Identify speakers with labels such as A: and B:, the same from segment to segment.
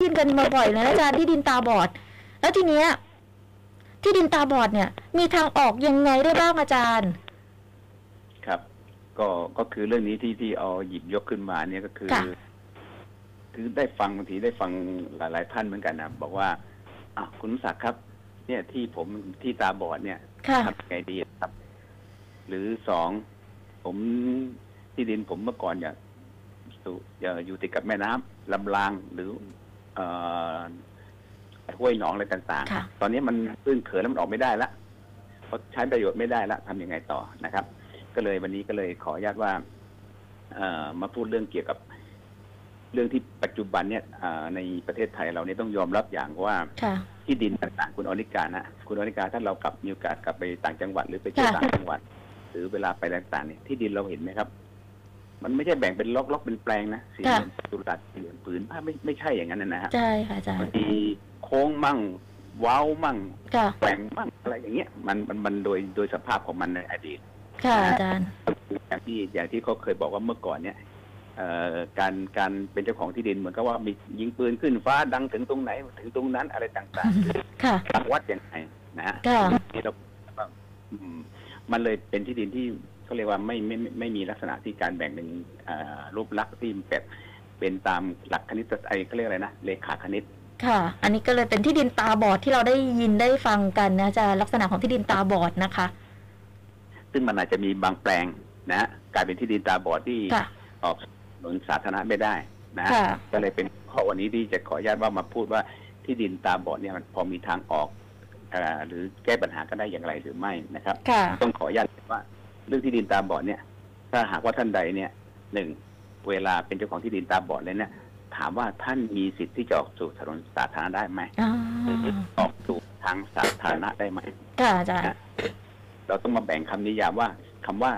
A: ได้ยินกันมาบ่อยนะอาจารย์ที่ดินตาบอด แล้วทีเนี้ย ที่ดินตาบอดเนี่ย มีทางออกยังไงได้บ้างอาจารย์
B: ครับ ก็ก็คือเรื่องนี้ที่ที่เอาหยิบยกขึ้นมาเนี่ยก็คือ
A: ค่ะ
B: คือได้ฟังบางทีได้ฟังหลาย ๆ ท่านเหมือนกันนะบอกว่าอ่ะคุณศักดิ์ครับ เนี่ยที่ผมที่ตาบอดเนี่ย
A: ค่ะ
B: ทำไงดีครับ หรือสองผมที่ดินผมเมื่อก่อนเนี่ยอยู่อย่าอยู่ติดกับแม่น้ำลำรางหรือ เอ่อห้วยหนองอะไรต่าง
A: ค่ะ
B: ๆ ตอนนี้มันตื้นเขินแล้วมันออกไม่ได้ละเพราะใช้ประโยชน์ไม่ได้ละทำยังไงต่อนะครับ ก็เลยวันนี้ก็เลยขออนุญาตว่า เอ่อมาพูดเรื่องเกี่ยวกับ เรื่องที่ปัจจุบันเนี่ยเอ่อในประเทศไทยเราเนี่ยต้องยอมรับอย่างว่า
A: ค่ะ
B: ที่ดินต่างๆ คุณอนิกานะคุณอนิกาถ้าเรากลับมีโอกาสกลับไปต่างจังหวัดหรือไปเที่ยว
A: ค่ะ
B: ต่างจังหวัด หรือเวลาไปต่างๆเนี่ยที่ดินเราเห็นไหมครับ มันไม่ใช่แบ่งเป็นล็อกล็อกเป็นแปลงนะสี่เหลี่ยมตุลัดสี่เหลี่ยมผืนผ้าไม่ไม่ใช่อย่างนั้นนะฮะ
A: ใช่ค่ะอาจาร
B: บาง
A: ย์
B: ทีโค้งมั่ง เว้าวมั่ง
A: ค่ะ
B: แกว่งมั่งอะไรอย่างเงี้ยมันมันมันโดยโดยสภาพของมันในอดีต
A: ค่ะอาจารย์
B: อย่างที่อย่างที่เขาเคยบอกว่าเมื่อก่อนเนี่ยเอ่อการการเป็นเจ้าของที่ดินเหมือนกับว่ามียิงปืนขึ้นฟ้าดังถึงตรงไหนถึงตรงนั้นอะไรต่าง
A: ค่ะ
B: ๆการวัดยังไงนะฮะ
A: ค่ะ
B: นี่เราอืมมันเลยเป็นที่ดินที่เขาเรียกว่าไม่ไม่ไม่ไม่มีลักษณะที่การแบ่งเป็นเอ่อรูปลักษณ์ที่แบบเป็นตามหลักคณิตศาสตร์ไอ้เขาเรียกอะไรนะเลขาคณิต
A: ค่ะ อันนี้ก็เลยเป็นที่ดินตาบอดที่เราได้ยินได้ฟังกันนะอาจารย์ลักษณะของที่ดินตาบอดนะคะ
B: ซึ่งมันอาจจะมีบางแปลงนะฮะกลายเป็นที่ดินตาบอดที่
A: ค่ะ
B: ออกถนนสาธารณะไม่ได้นะฮะ
A: ค่ะ
B: ก็เลยเป็นข้อวันนี้ที่จะขออนุญาตว่ามาพูดว่าที่ดินตาบอดเนี่ยมันพอมีทางออกเออหรือแก้ปัญหากันได้อย่างไรหรือไม่นะครับ
A: ค่ะ
B: ต้องขออนุญาตว่าเรื่องที่ดินตาบอดเนี่ย ถ้าหากว่าท่านใดเนี่ยหนึ่งเวลาเป็นเจ้าของที่ดินตาบอดเลยเนี่ย ถามว่าท่านมีสิทธิ์ที่จะออกสู่ถนนสาธารณะได้ไหม
A: อ๋อ
B: ออกสู่ทางสาธารณะได้ไหม
A: ค่ะอาจารย์
B: เราต้องมาแบ่งคำนิยามว่าคำว่า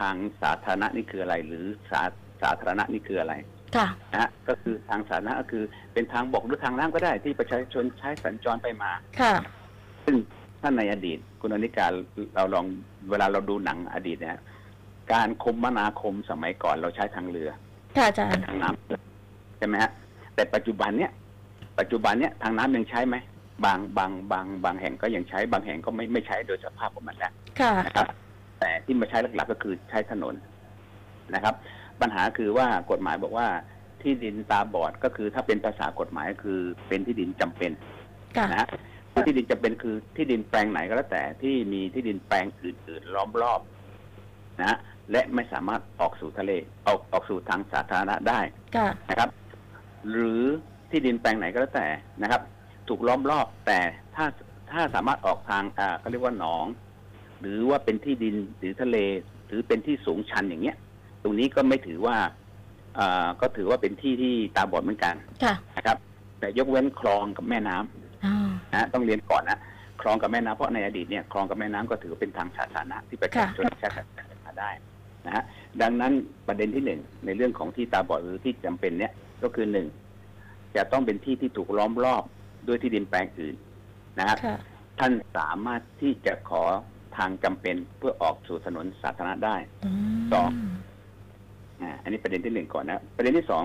B: ทางสาธารณะนี่คืออะไร หรือสาสาธารณะนี่คืออะไร
A: ค่ะ
B: นะฮะก็คือทางสาธารณะก็คือเป็นทางบกหรือทางน้ำก็ได้ ที่ประชาชนใช้สัญจรไปมา
A: ค่ะ
B: ซึ่งท่านในอดีต คุณอนิการเราลองเวลาเราดูหนังอดีตเนะฮะการคมนาคมสมัยก่อนเราใช้ทางเรือ
A: ค่ะอาจารย์
B: ทางน้ำใช่ไหมฮะแต่ปัจจุบันเนี้ยปัจจุบันเนี้ยทางน้ำยังใช้ไหมบางบางบางบางแห่งก็ยังใช้ บางแห่งก็ไม่ไม่ใช้โดยสภาพของมันแล้ว
A: ค่ะ
B: นะครับแต่ที่มาใช้หลักๆก็คือใช้ถนนนะครับ ปัญหาคือว่ากฎหมายบอกว่าที่ดินตาบอดก็คือถ้าเป็นภาษากฎหมายก็คือเป็นที่ดินจำเป็น
A: ค่ะ
B: นะฮะคือที่ดินจำเป็นคือที่ดินแปลงไหนก็แล้วแต่ที่มีที่ดินแปลงอื่นๆล้อมรอบนะฮะและไม่สามารถออกสู่ทะเลออกออกสู่ทางสาธารณะได้
A: ค่ะ
B: นะครับ หรือที่ดินแปลงไหนก็แล้วแต่นะครับ ถูกล้อมรอบแต่ถ้าถ้าสามารถออกทางอ่าเขาเรียกว่าหนอง หรือว่าเป็นที่ดินหรือทะเลหรือเป็นที่สูงชันอย่างเงี้ย ตรงนี้ก็ไม่ถือว่าอ่าก็ถือว่าเป็นที่ที่ตาบอดเหมือนกัน
A: ค่ะ
B: นะครับ แต่ยกเว้นคลองกับแม่น้ำ
A: อ๋อ
B: นะฮะต้องเรียนก่อนนะคลองกับแม่น้ำเพราะในอดีตเนี่ยคลองกับแม่น้ำก็ถือเป็นทางสาธารณะที่ประชาชนใช้สัญจรผ่านได้นะฮะดังนั้นประเด็นที่หนึ่งในเรื่องของที่ตาบอดหรือที่จำเป็นเนี่ยก็คือหนึ่งจะต้องเป็นที่ที่ถูกล้อมรอบด้วยที่ดินแปลงอื่นนะฮะ
A: ค่ะ
B: ท่านสามารถที่จะขอทางจำเป็นเพื่อออกสู่ถนนสาธารณะได้
A: อืม
B: สอง อ่าอันนี้ประเด็นที่หนึ่งก่อนนะประเด็นที่สอง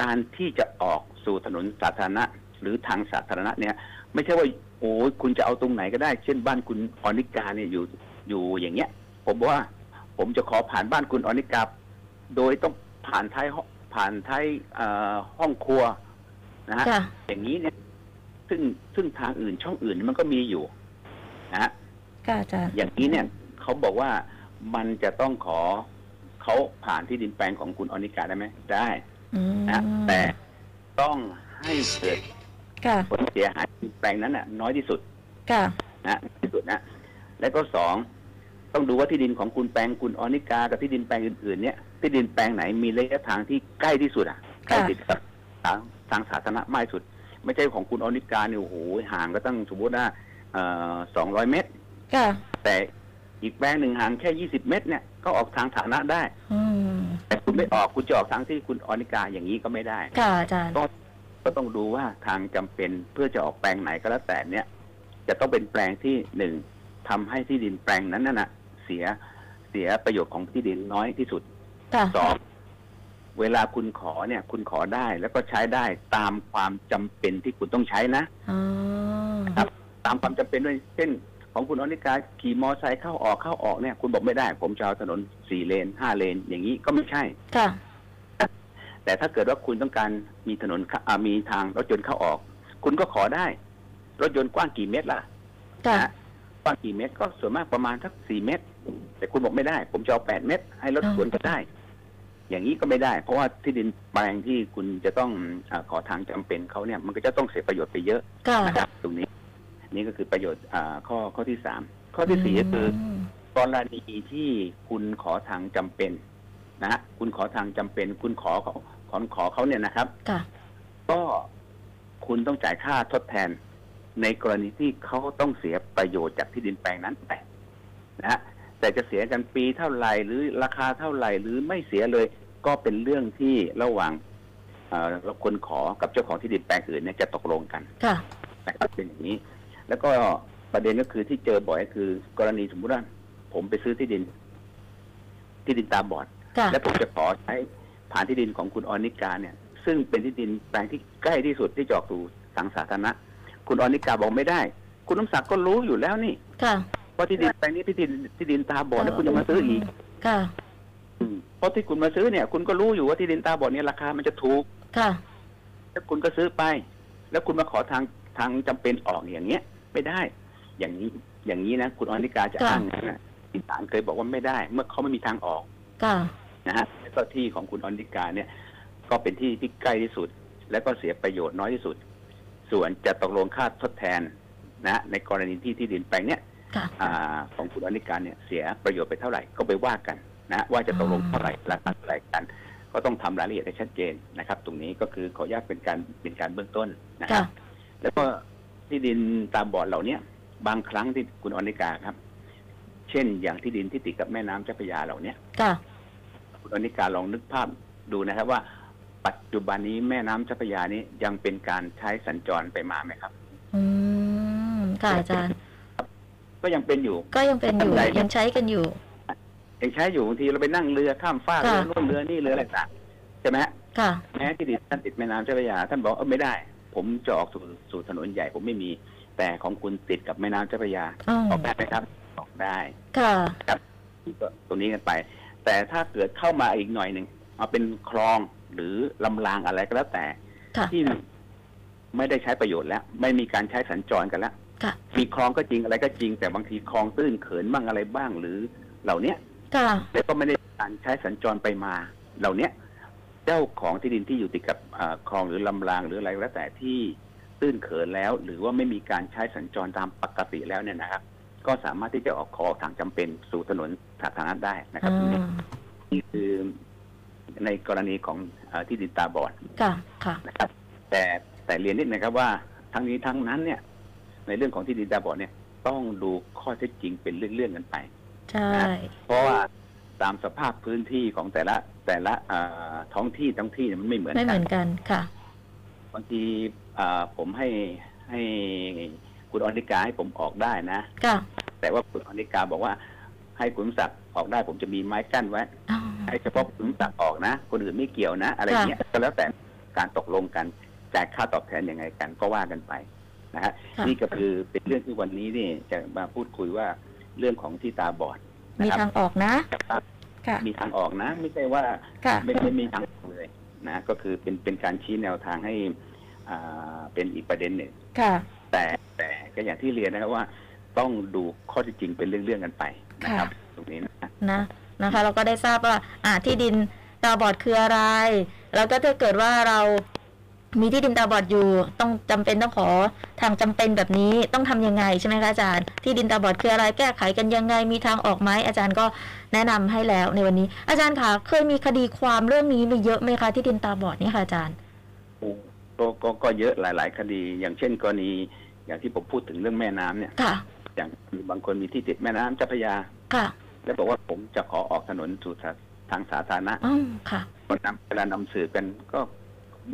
B: การที่จะออกสู่ถนนสาธารณะ หรือทางสาธารณะเนี่ย ไม่ใช่ว่าโอ้ยคุณจะเอาตรงไหนก็ได้ เช่นบ้านคุณอนิกาเนี่ยอยู่อยู่อย่างเงี้ย ผมบอกว่า ผมจะขอผ่านบ้านคุณอนิกาโดยต้องผ่านท้ายห้องผ่านท้ายเอ่อห้องครัวนะฮะ
A: ค่ะ
B: อย่างนี้เนี่ย ซึ่งซึ่งทางอื่นช่องอื่นมันก็มีอยู่นะฮะ
A: ค่ะอาจารย์
B: อย่างนี้เนี่ยเขาบอกว่ามันจะต้องขอเขาผ่านที่ดินแปลงของคุณอนิกาได้ไหมได้
A: อืม
B: นะแต่ต้องให้เกิด
A: ค่ะ
B: ผลเสียหายที่แปลงนั้นน่ะ น้อยที่สุด
A: ค่ะ
B: นะที่สุดนะและก็สองต้องดูว่าที่ดินของคุณแปลงคุณอนิกากับที่ดินแปลงอื่นๆเนี่ยที่ดินแปลงไหนมีระยะทางที่ใกล้ที่สุดอ่ะใกล้ติดกับทางทางสาธารณะมากที่สุด ไม่ใช่ของคุณอนิกาเนี่ยโอ้โหห่างก็ตั้งสมมติว่าสองร้อยเมตร
A: ค่ะ
B: แต่อีกแปลงหนึ่งห่างแค่ 20 เมตรเนี่ยก็ออกทางฐานะได้
A: อืม
B: แต่คุณไม่ออกคุณจะออกทางที่คุณออนิกาอย่างนี้ก็ไม่ได้
A: ค่ะอาจารย์
B: ก็ต้องดูว่าทางจำเป็นเพื่อจะออกแปลงไหนก็แล้วแต่เนี่ย จะต้องเป็นแปลงที่หนึ่งทำให้ที่ดินแปลงนั้นน่ะเสียเสียประโยชน์ของที่ดินน้อยที่สุด
A: ค่ะ
B: สอง เวลาคุณขอเนี่ย คุณขอได้แล้วก็ใช้ได้ตามความจำเป็นที่คุณต้องใช้นะ
A: อ๋อ
B: ครับ ตามความจำเป็นด้วยเช่น ของคุณอนิกาขี่มอไซค์เข้าออกเข้าออกเนี่ย คุณบอกไม่ได้ ผมจะเอาถนนสี่เลนห้าเลน อย่างนี้ก็ไม่ใช่
A: ค่ะ
B: แต่ถ้าเกิดว่าคุณต้องการมีถนนเข้าอ่ามีทางรถยนต์เข้าออก คุณก็ขอได้ รถยนต์กว้างกี่เมตรล่ะ
A: ค่ะ
B: นะฮะกว้างกี่เมตรก็ส่วนมากประมาณสักสี่เมตร แต่คุณบอกไม่ได้ ผมจะเอาแปดเมตร ให้รถ
A: อ๋อ
B: สวนก็ได้ อย่างนี้ก็ไม่ได้ เพราะว่าที่ดินแปลงที่คุณจะต้องอาขอทางจำเป็นเขาเนี่ย มันก็จะต้องเสียประโยชน์ไปเยอะ
A: ค่ะ
B: นะครับ ตรงนี้ นี่ก็คือประโยชน์อ่าข้อข้อที่สามข้อที่สี่ก็คือ
A: ม
B: กรณีที่คุณขอทางจำเป็นนะฮะคุณขอทางจำเป็น คุณขอเขาขอขอเขาเนี่ยนะครับ
A: ค่ะ
B: ก็คุณต้องจ่ายค่าทดแทน ในกรณีที่เขาต้องเสียประโยชน์จากที่ดินแปลงนั้นไปนะฮะแต่จะเสียกันปีเท่าไหร่หรือราคาเท่าไหร่หรือไม่เสียเลย ก็เป็นเรื่องที่ระหว่างเอ่อคนขอกับเจ้าของที่ดินแปลงอื่นเนี่ยจะตกลงกัน
A: ค่ะ
B: นะครับเป็นอย่างนี้ แล้วก็ประเด็นก็คือที่เจอบ่อยก็คือ กรณีสมมุติว่าผมไปซื้อที่ดิน ที่ดินตาบอด
A: ค่ะ
B: และผมจะขอใช้ผ่านที่ดินของคุณออนิกาเนี่ย ซึ่งเป็นที่ดินแปลงที่ใกล้ที่สุดที่จะออกสู่ทางสาธารณะ คุณออนิกาบอกไม่ได้ คุณน้ำศักดิ์ก็รู้อยู่แล้วนี่
A: ค่ะ
B: ว่าที่ดินแปลงนี้ที่ดินที่ดินตาบอดแล้วคุณจะมาซื้ออีก
A: ค่ะ
B: อืมเพราะที่คุณมาซื้อเนี่ย คุณก็รู้อยู่ว่าที่ดินตาบอดเนี่ยราคามันจะถูก
A: ค่ะ
B: แล้วคุณก็ซื้อไป แล้วคุณมาขอทางทางจำเป็นออกอย่างเงี้ย ไม่ได้ อย่างนี้อย่างนี้นะคุณอนิกาจะ
A: ค่ะ
B: อ้างนะที่ศาลเคยบอกว่าไม่ได้ เมื่อเขาไม่มีทางออก
A: ค่ะ
B: นะฮะแล้วก็ที่ของคุณอนิกาเนี่ย ก็เป็นที่ที่ใกล้ที่สุด แล้วก็เสียประโยชน์น้อยที่สุด ส่วนจะตกลงค่าทดแทนนะฮะในกรณีที่ที่ดินแปลงเนี้ย
A: ค่ะ
B: อ่าของคุณอนิกาเนี่ยเสียประโยชน์ไปเท่าไหร่ก็ไปว่ากันนะฮะว่าจะตกลงเท่าไหร่ราคาเท่าไหร่กัน ก็ต้องทำรายละเอียดให้ชัดเจนนะครับ ตรงนี้ก็คือขออนุญาตเป็นการเป็นการเบื้องต้นนะค
A: ค่ะ
B: รับ แล้วก็ที่ดินตามบอร์ดเหล่าเนี้ยบางครั้งที่คุณอนิกาครับ เช่นอย่างที่ดินที่ติดกับแม่น้ำเจ้าพระยาเหล่าเนี้ย
A: ค่ะ
B: คุณอนิกาลองนึกภาพดูนะครับว่า ปัจจุบันนี้แม่น้ำเจ้าพระยานี้ยังเป็นการใช้สัญจรไปมาไหมครับ
A: อืม ค่ะอาจารย์
B: ก็ยังเป็นอยู่
A: ก็ยังเป็นอยู่ ยังใช้กันอยู่
B: ยังใช้อยู่บางทีเราไปนั่งเรือข้ามฟาก
A: ค่ะ
B: เรือนู่นเรือนี่เรืออะไรต่างใช่ไหมฮะ
A: ค่ะ
B: แม้ที่ดินท่านติดแม่น้ำเจ้าพระยาท่านบอกเออไม่ได้ ผมจะออกสู่สู่ถนนใหญ่ผมไม่มี แต่ของคุณติดกับแม่น้ำเจ้าพระยา
A: อ๋อ
B: ออกได้ไหมครับออกได้
A: ค่ะ
B: ก็ตรงนี้กันไป แต่ถ้าเกิดเข้ามาอีกหน่อยหนึ่งมาเป็นคลองหรือลำรางอะไรก็แล้วแต่
A: ค่ะ
B: ที่ไม่ได้ใช้ประโยชน์แล้ว ไม่มีการใช้สัญจรกันแล้ว
A: ค่ะ
B: มีคลองก็จริงอะไรก็จริง แต่บางทีคลองตื้นเขินบ้างอะไรบ้างหรือเหล่าเนี้ย
A: ค่ะ
B: แล้วก็ไม่ได้การใช้สัญจรไปมา เหล่าเนี้ยเจ้าของที่ดินที่อยู่ติดกับเอ่อคลองหรือลำรางหรืออะไรก็แล้วแต่ที่ตื้นเขินแล้ว หรือว่าไม่มีการใช้สัญจรตามปกติแล้วเนี่ยนะครับ ก็สามารถที่จะออกคอทางจำเป็นสู่ถนนสาธารณะได้นะครับ
A: อ่
B: ตรงนี้
A: า
B: นี่คือในกรณีของเออที่ดินตาบอด
A: ค่ะ ค่ะ
B: นะครับ แต่แต่เรียนนิดนะครับว่าทั้งนี้ทั้งนั้นเนี่ย ในเรื่องของที่ดินตาบอดเนี่ย ต้องดูข้อเท็จจริงเป็นเรื่องๆกันไป
A: ใช่
B: เพราะว่าตามสภาพพื้นที่ของแต่ละแต่ละเอ่อท้องที่ท้องที่เนี่ยมันไม่เหมือน
A: ไม่เห
B: กั
A: มือ
B: น
A: นกัน ค่ะ
B: บางทีเอ่อผมให้ให้คุณอนิกาให้ผมออกได้นะ
A: ค่ะ
B: แต่ว่าคุณอนิกาบอกว่าให้คุณศักดิ์ออกได้ผมจะมีไม้กั้นไว้
A: อ๋อ
B: ให้เฉพาะคุณตักออกนะ คนอื่นไม่เกี่ยวนะ อะไรเงี้ยก็แล้วแต่การตกลงกันจ่ายค่าตอบแทนยังไงกันก็ว่ากันไปนะฮะ
A: ค่ะ
B: นี่ก็คือเป็นเรื่องที่วันนี้นี่จะมาพูดคุยว่าเรื่องของที่ตาบอด
A: มี
B: นะค
A: ทา
B: รั
A: งออกนะ
B: บ
A: ค่ะ
B: มีทางออกนะ ไม่ใช่ว่า
A: ค่ะ
B: ไม่ไม่มีทางออกเลยนะก็คือเป็นเป็นการชี้แนวทางให้อ่าเป็นอีกประเด็นหนึ่ง
A: ค่ะ
B: แต่แต่ก็อย่างที่เรียนนะครับว่า ต้องดูข้อเที่จริงเป็นเรื่องๆกันไปนะครับ ตรงนี้นะ
A: นะนะคะเราก็ได้ทราบว่าอ่าที่ดินตาบอดคืออะไร แล้วก็ถ้าเกิดว่าเรามีที่ดินตาบอดอยู่ ต้องจำเป็นต้องขอทางจำเป็นแบบนี้ต้องทำยังไงใช่ไหมคะอาจารย์ ที่ดินตาบอดคืออะไรแก้ไขกันยังไงมีทางออกไหมอาจารย์ก็แนะนำให้แล้วในวันนี้ อาจารย์คะเคยมีคดีความเรื่องนี้มีเยอะไหมคะที่ดินตาบอดเนี่ยค่ะอาจารย์
B: ก็ก็ก็เยอะหลาย ๆ คดี อย่างเช่นกรณีอย่างที่ผมพูดถึงเรื่องแม่น้ำเนี่ย
A: ค่ะ
B: อย่างบางคนมีที่ติดแม่น้ำเจ้าพระยา
A: ค่ะ
B: แล้วบอกว่าผมจะขอออกถนนสู่ทางสาธารณะ
A: อ๋อค่ะ
B: วันนั้นเวลานำสืบกันก็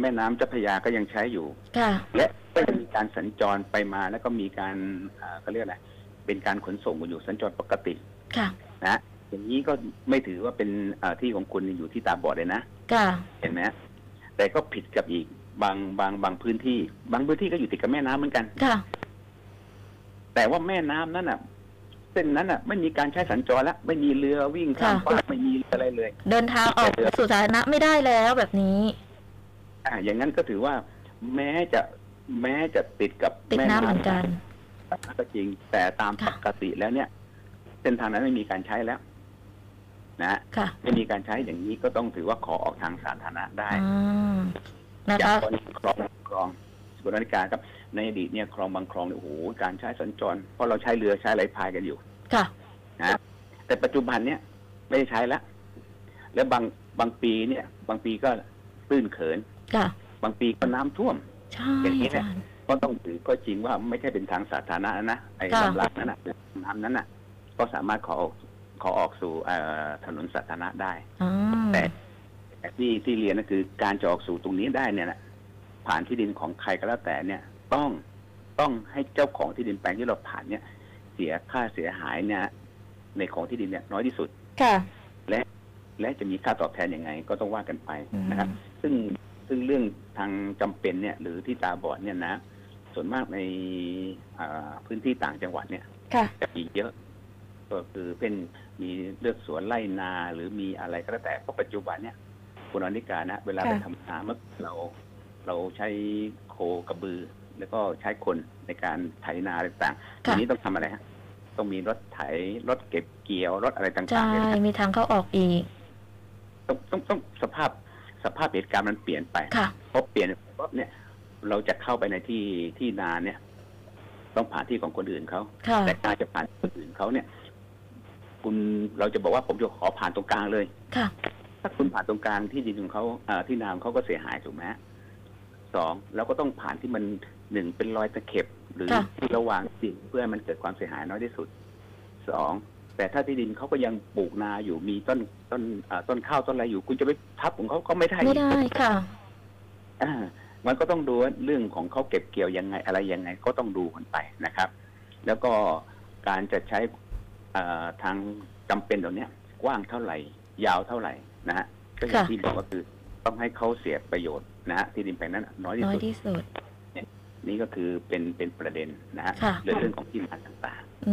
B: แม่น้ำเจ้าพระยาก็ยังใช้อยู่
A: ค่ะ
B: และก็ยังมีการสัญจรไปมาแล้วก็มีการอ่าเขาเรียกอะไรเป็นการขนส่งกันอยู่สัญจรปกติ
A: ค่ะ
B: นะอย่างนี้ก็ไม่ถือว่าเป็นอ่าที่ของคุณอยู่ที่ตาบอดเลยนะ
A: ค่ะ
B: เห็นไหมฮะแต่ก็ผิดกับอีกบางบางบางพื้นที่ บางพื้นที่ก็อยู่ติดกับแม่น้ำเหมือนกัน
A: ค่ะ
B: แต่ว่าแม่น้ำนั้นอ่ะ เส้นนั้นอ่ะ ไม่มีการใช้สัญจรแล้วไม่มีเรือวิ่งข้าม
A: ค่ะ
B: ฟากไม่มีอะไรเลย
A: เดินทางออกสู่สาธารณะไม่ได้แล้วแบบนี้
B: อ่า อย่างนั้นก็ถือว่า แม้จะแม้จะติดกับ
A: ติด
B: แม่
A: น้ำเหมือนกัน
B: ก็จริง แต่ตามป
A: ค่ะ
B: กติแล้วเนี่ย เส้นทางนั้นไม่มีการใช้แล้ว นะฮะ
A: ค่ะ
B: ไม่มีการใช้อย่างนี้ก็ต้องถือว่าขอออกทางสาธารณะได้
A: อืมนะ
B: อย่า
A: คะ
B: งตอนนี้คลองบางคลองสุราษฎร์การครับ ในอดีตเนี่ยคลองบางคลองเนี่ยโอ้โหการใช้สัญจรเพราะเราใช้เรือใช้อะไรพายกันอยู่
A: ค่ะ
B: แต่ปัจจุบันเนี่ยไม่ได้ใช้แล้วและบางบางปีเนี่ย บางปีก็ตื้นเขิน
A: ค่ะ
B: บางปีก็น้ำท่วม
A: ใช่
B: อย่างนี้
A: อา
B: เนี่ย
A: จารย์
B: ก็ต้องถือก็จริงว่าไม่ใช่เป็นทางสาธารณะนะไอ้
A: ค่ะ
B: ลำลักนั้นนะน้ำนั้นน่ะ ก็สามารถขอออกขอออกสู่เอ่อถนนสาธารณะได้
A: อืม
B: แต่ แต่ที่ที่เรียนก็คือการจะออกสู่ตรงนี้ได้เนี่ยนะผ่านที่ดินของใครก็แล้วแต่เนี่ยต้องต้องให้เจ้าของที่ดินแปลงที่เราผ่านเนี่ย เสียค่าเสียหายเนี่ยในของที่ดินเนี่ยน้อยที่สุด
A: ค่ะ
B: และจะมีค่าตอบแทนยังไง ก็ต้องว่ากันไปนะครับ
A: อืม
B: ซึ่งซึ่งเรื่องทางจำเป็นเนี่ย หรือที่ตาบอดเนี่ยนะ ส่วนมากในอ่าพื้นที่ต่างจังหวัดเนี่ย
A: ค่ะ
B: จะมีเยอะ ก็คือเป็นมีเลือกสวนไร่นาหรือมีอะไรก็แล้วแต่เพราะปัจจุบันเนี่ยคุณอนิกานะ เวลา
A: ค่ะ
B: ไปทำนาเมื่อเราเราใช้โคกระบือ แล้วก็ใช้คนในการไถนาอะไรต่างๆทีนี้ต้องทำอะไรฮะต้องมีรถไถรถเก็บเกี่ยวรถอะไรต่างๆ
A: ใช่
B: เนี่ยนะ
A: มีทางเข้าออกอีก
B: ต้องต้องต้องสภาพสภาพเหตุการณ์มันเปลี่ยนไป
A: ค่ะ
B: พอเปลี่ยนปุ๊บเนี่ย เราจะเข้าไปในที่ที่นาเนี่ย ต้องผ่านที่ของคนอื่นเขา
A: ค่ะ
B: แต่การจะผ่านคนอื่นเขาเนี่ย คุณเราจะบอกว่าผมจะขอผ่านตรงกลางเลย
A: ค่ะ
B: ถ้าคุณผ่านตรงกลางที่ดินของเขาเอ่อที่นาของเขาก็เสียหายถูกไหมฮะสองเราก็ต้องผ่านที่มันหนึ่งเป็นรอยตะเข็บ หรือ
A: ค่ะ
B: ที่ระหว่างสิ่งเพื่อให้มันเกิดความเสียหายน้อยที่สุดสองแต่ถ้าที่ดินเขาก็ยังปลูกนาอยู่มีต้นต้นเอ่อต้นข้าวต้นอะไรอยู่ คุณจะไปทับของเขาก็ไม่ได้
A: ไม่ได้ค่ะ
B: อ่ามันก็ต้องดูว่าเรื่องของเขาเก็บเกี่ยวยังไงอะไรยังไงก็ต้องดูกันไปนะครับ แล้วก็การจะใช้เอ่อทางจำเป็นตรงนี้ยกว้างเท่าไหร่ ยาวเท่าไหร่นะฮะก็อย่าง
A: ค่ะ
B: ที่บอกก็คือต้องให้เขาเสียประโยชน์นะฮะที่ดินแปลงนั้นน้อยที่
A: น้อย
B: สุด
A: ที่สุด
B: นี่ก็คือเป็นเป็นประเด็นนะฮะ
A: ค่ะ
B: เรื่องเรื่องของที่มาต่าง
A: อื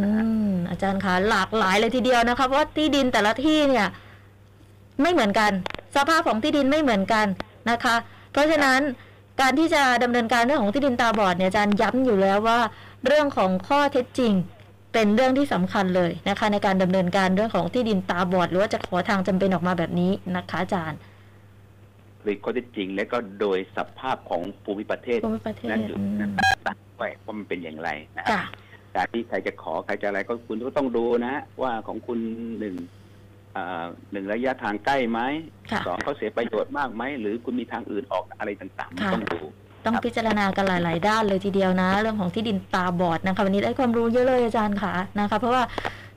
A: มอาจารย์คะหลากหลายเลยทีเดียวนะคะเพราะว่าที่ดินแต่ละที่เนี่ย ไม่เหมือนกัน สภาพของที่ดินไม่เหมือนกันนะคะ เพราะฉะนั้นการที่จะดำเนินการเรื่องของที่ดินตาบอดเนี่ยอาจารย์ย้ำอยู่แล้วว่า เรื่องของข้อเท็จจริง เป็นเรื่องที่สำคัญเลยนะคะ ในการดำเนินการเรื่องของที่ดินตาบอดหรือว่าจะขอทางจำเป็นออกมาแบบนี้นะคะอาจารย์
B: ๆคือข้อเท็จจริง และก็โดยสภาพของภูมิประเทศ
A: ภูมิประเทศ
B: นั่นอยู่
A: อืม
B: นะต่างๆด้วยว่ามันเป็นอย่างไรนะครับ
A: ค่ะ
B: การที่ใครจะขอใครจะอะไรก็คุณก็ต้องดูนะฮะว่าของคุณหนึ่งอ่าหนึ่งระยะทางใกล้ไหม
A: ค่ะ
B: สองเขาเสียประโยชน์มากไหมหรือคุณมีทางอื่นออกอะไรต่างๆมันต้องดู
A: ต้องพิจารณากันหลาย ๆ ด้านเลยทีเดียวนะ เรื่องของที่ดินตาบอดนะคะวันนี้ได้ความรู้เยอะเลยอาจารย์ค่ะนะคะ เพราะว่า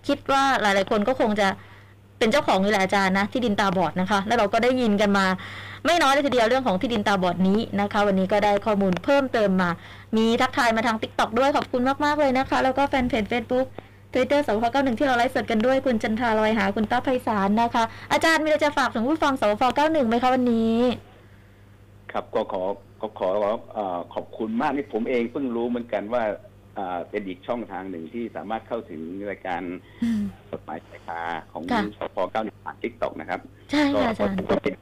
A: คิดว่าหลาย ๆ คนก็คงจะเป็นเจ้าของนี่แหละอาจารย์นะที่ดินตาบอดนะคะ แล้วเราก็ได้ยินกันมา ไม่น้อยเลยทีเดียวเรื่องของที่ดินตาบอดนี้นะคะ วันนี้ก็ได้ข้อมูลเพิ่มเติมมา มีทักทายมาทาง t ิ k t o k ด้วยขอบคุณมาก ๆ เลยนะคะ แล้วก็แฟนเพจ Facebook Twitter สวพ91ที่เราไลฟ์สดกันด้วยคุณจันทราลอยหาคุณต้าไพศาลนะคะ อาจารย์มีอะไรจะฝากถึงผู้ฟังสวพ91ไหมคะวันนี้
B: ครับก็ขอก็ขอเอ่อขอบคุณมากที่ผมเองเพิ่งรู้เหมือนกันว่าอ่าเป็นอีกช่องทางหนึ่งที่สามารถเข้าถึงรายการกฎหมายชายคาของ
A: ค่ะ
B: สพเก้าหนึ่งผ่านทิกตอกนะครับ
A: ใช่
B: ก็
A: ค่ะอาจารย์
B: ก็เป็น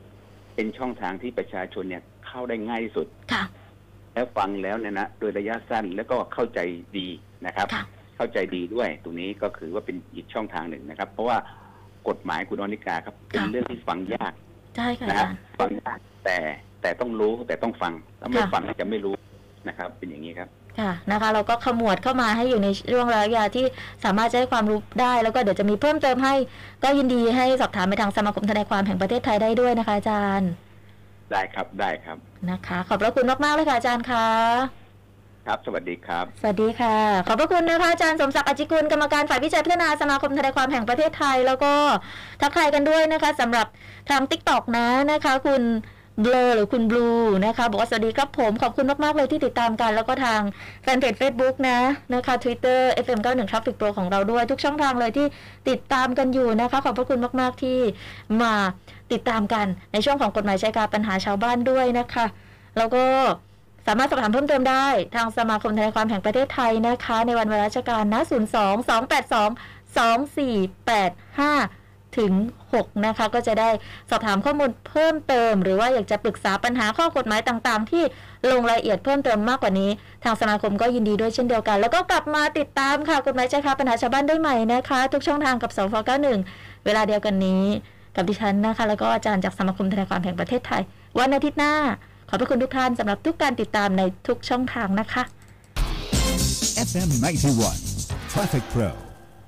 B: เป็นช่องทางที่ประชาชนเนี่ยเข้าได้ง่ายที่สุด
A: ค่ะ
B: แล้วฟังแล้วเนี่ยนะโดยระยะสั้นแล้วก็เข้าใจดีนะครับ
A: ค่ะ
B: เข้าใจดีด้วย ตรงนี้ก็คือว่าเป็นอีกช่องทางหนึ่งนะครับ เพราะว่ากฎหมายคุณอนิกาครับเป็นเรื่องที่ฟังยาก
A: ใช่ค่ะอา
B: นะค
A: จา
B: รับ
A: รย์
B: ฟังได้แต่แต่ต้องรู้แต่ต้องฟังถ้าไม่
A: ค่ะ
B: ฟังจะไม่รู้นะครับ เป็นอย่างนี้ครับ
A: ค่ะนะคะ เราก็ขมวดเข้ามาให้อยู่ในช่วงระยะที่สามารถจะให้ความรู้ได้ แล้วก็เดี๋ยวจะมีเพิ่มเติมให้ ก็ยินดีให้สอบถามไปทางสมาคมทนายความแห่งประเทศไทยได้ด้วยนะคะอาจารย์
B: ได้ครับได้ครับ
A: นะคะ ขอบพระคุณมากๆเลยค่ะอาจารย์ค่ะ
B: ครับ สวัสดีครับ
A: สวัสดีค่ะ ขอบพระคุณนะคะอาจารย์สมศักดิ์อจจิกุลกรรมการฝ่ายวิจัยพัฒนาสมาคมทนายความแห่งประเทศไทย แล้วก็ทักทายกันด้วยนะคะสำหรับทาง t ิ k t o k นะนะคะ คุณ เบลอหรือคุณบลูนะคะ บอกว่าสวัสดีครับผมขอบคุณมาก ๆ เลยที่ติดตามกันแล้วก็ทางแฟนเพจ Facebook นะนะคะ Twitter FM91 Traffic Pro ของเราด้วย ทุกช่องทางเลยที่ติดตามกันอยู่นะคะ ขอบพระคุณมาก ๆ ที่มาติดตามกันในช่วงของกฎหมายชายคาปัญหาชาวบ้านด้วยนะคะ แล้วก็สามารถสอบถามเพิ่มเติมได้ ทางสมาคมทนายความแห่งประเทศไทยนะคะ ในวันเวลาราชการนะ 02 282 2485 ถึง 6 นะคะ ก็จะได้สอบถามข้อมูลเพิ่มเติม หรือว่าอยากจะปรึกษาปัญหาข้อกฎหมายต่างๆ ที่ลงรายละเอียดเพิ่มเติมมากกว่านี้ ทางสมาคมก็ยินดีด้วยเช่นเดียวกัน แล้วก็กลับมาติดตามค่ะกฎหมายชายคาปัญหาชาวบ้านได้ใหม่นะคะ ทุกช่องทางกับสฟ91เวลาเดียวกันนี้ กับดิฉันนะคะ แล้วก็อาจารย์จากสมาคมทนายความแห่งประเทศไทย วันอาทิตย์หน้า ขอบพระคุณทุกท่านสำหรับทุกการติดตามในทุกช่องทางนะคะ
C: FM 91 Traffic Pro.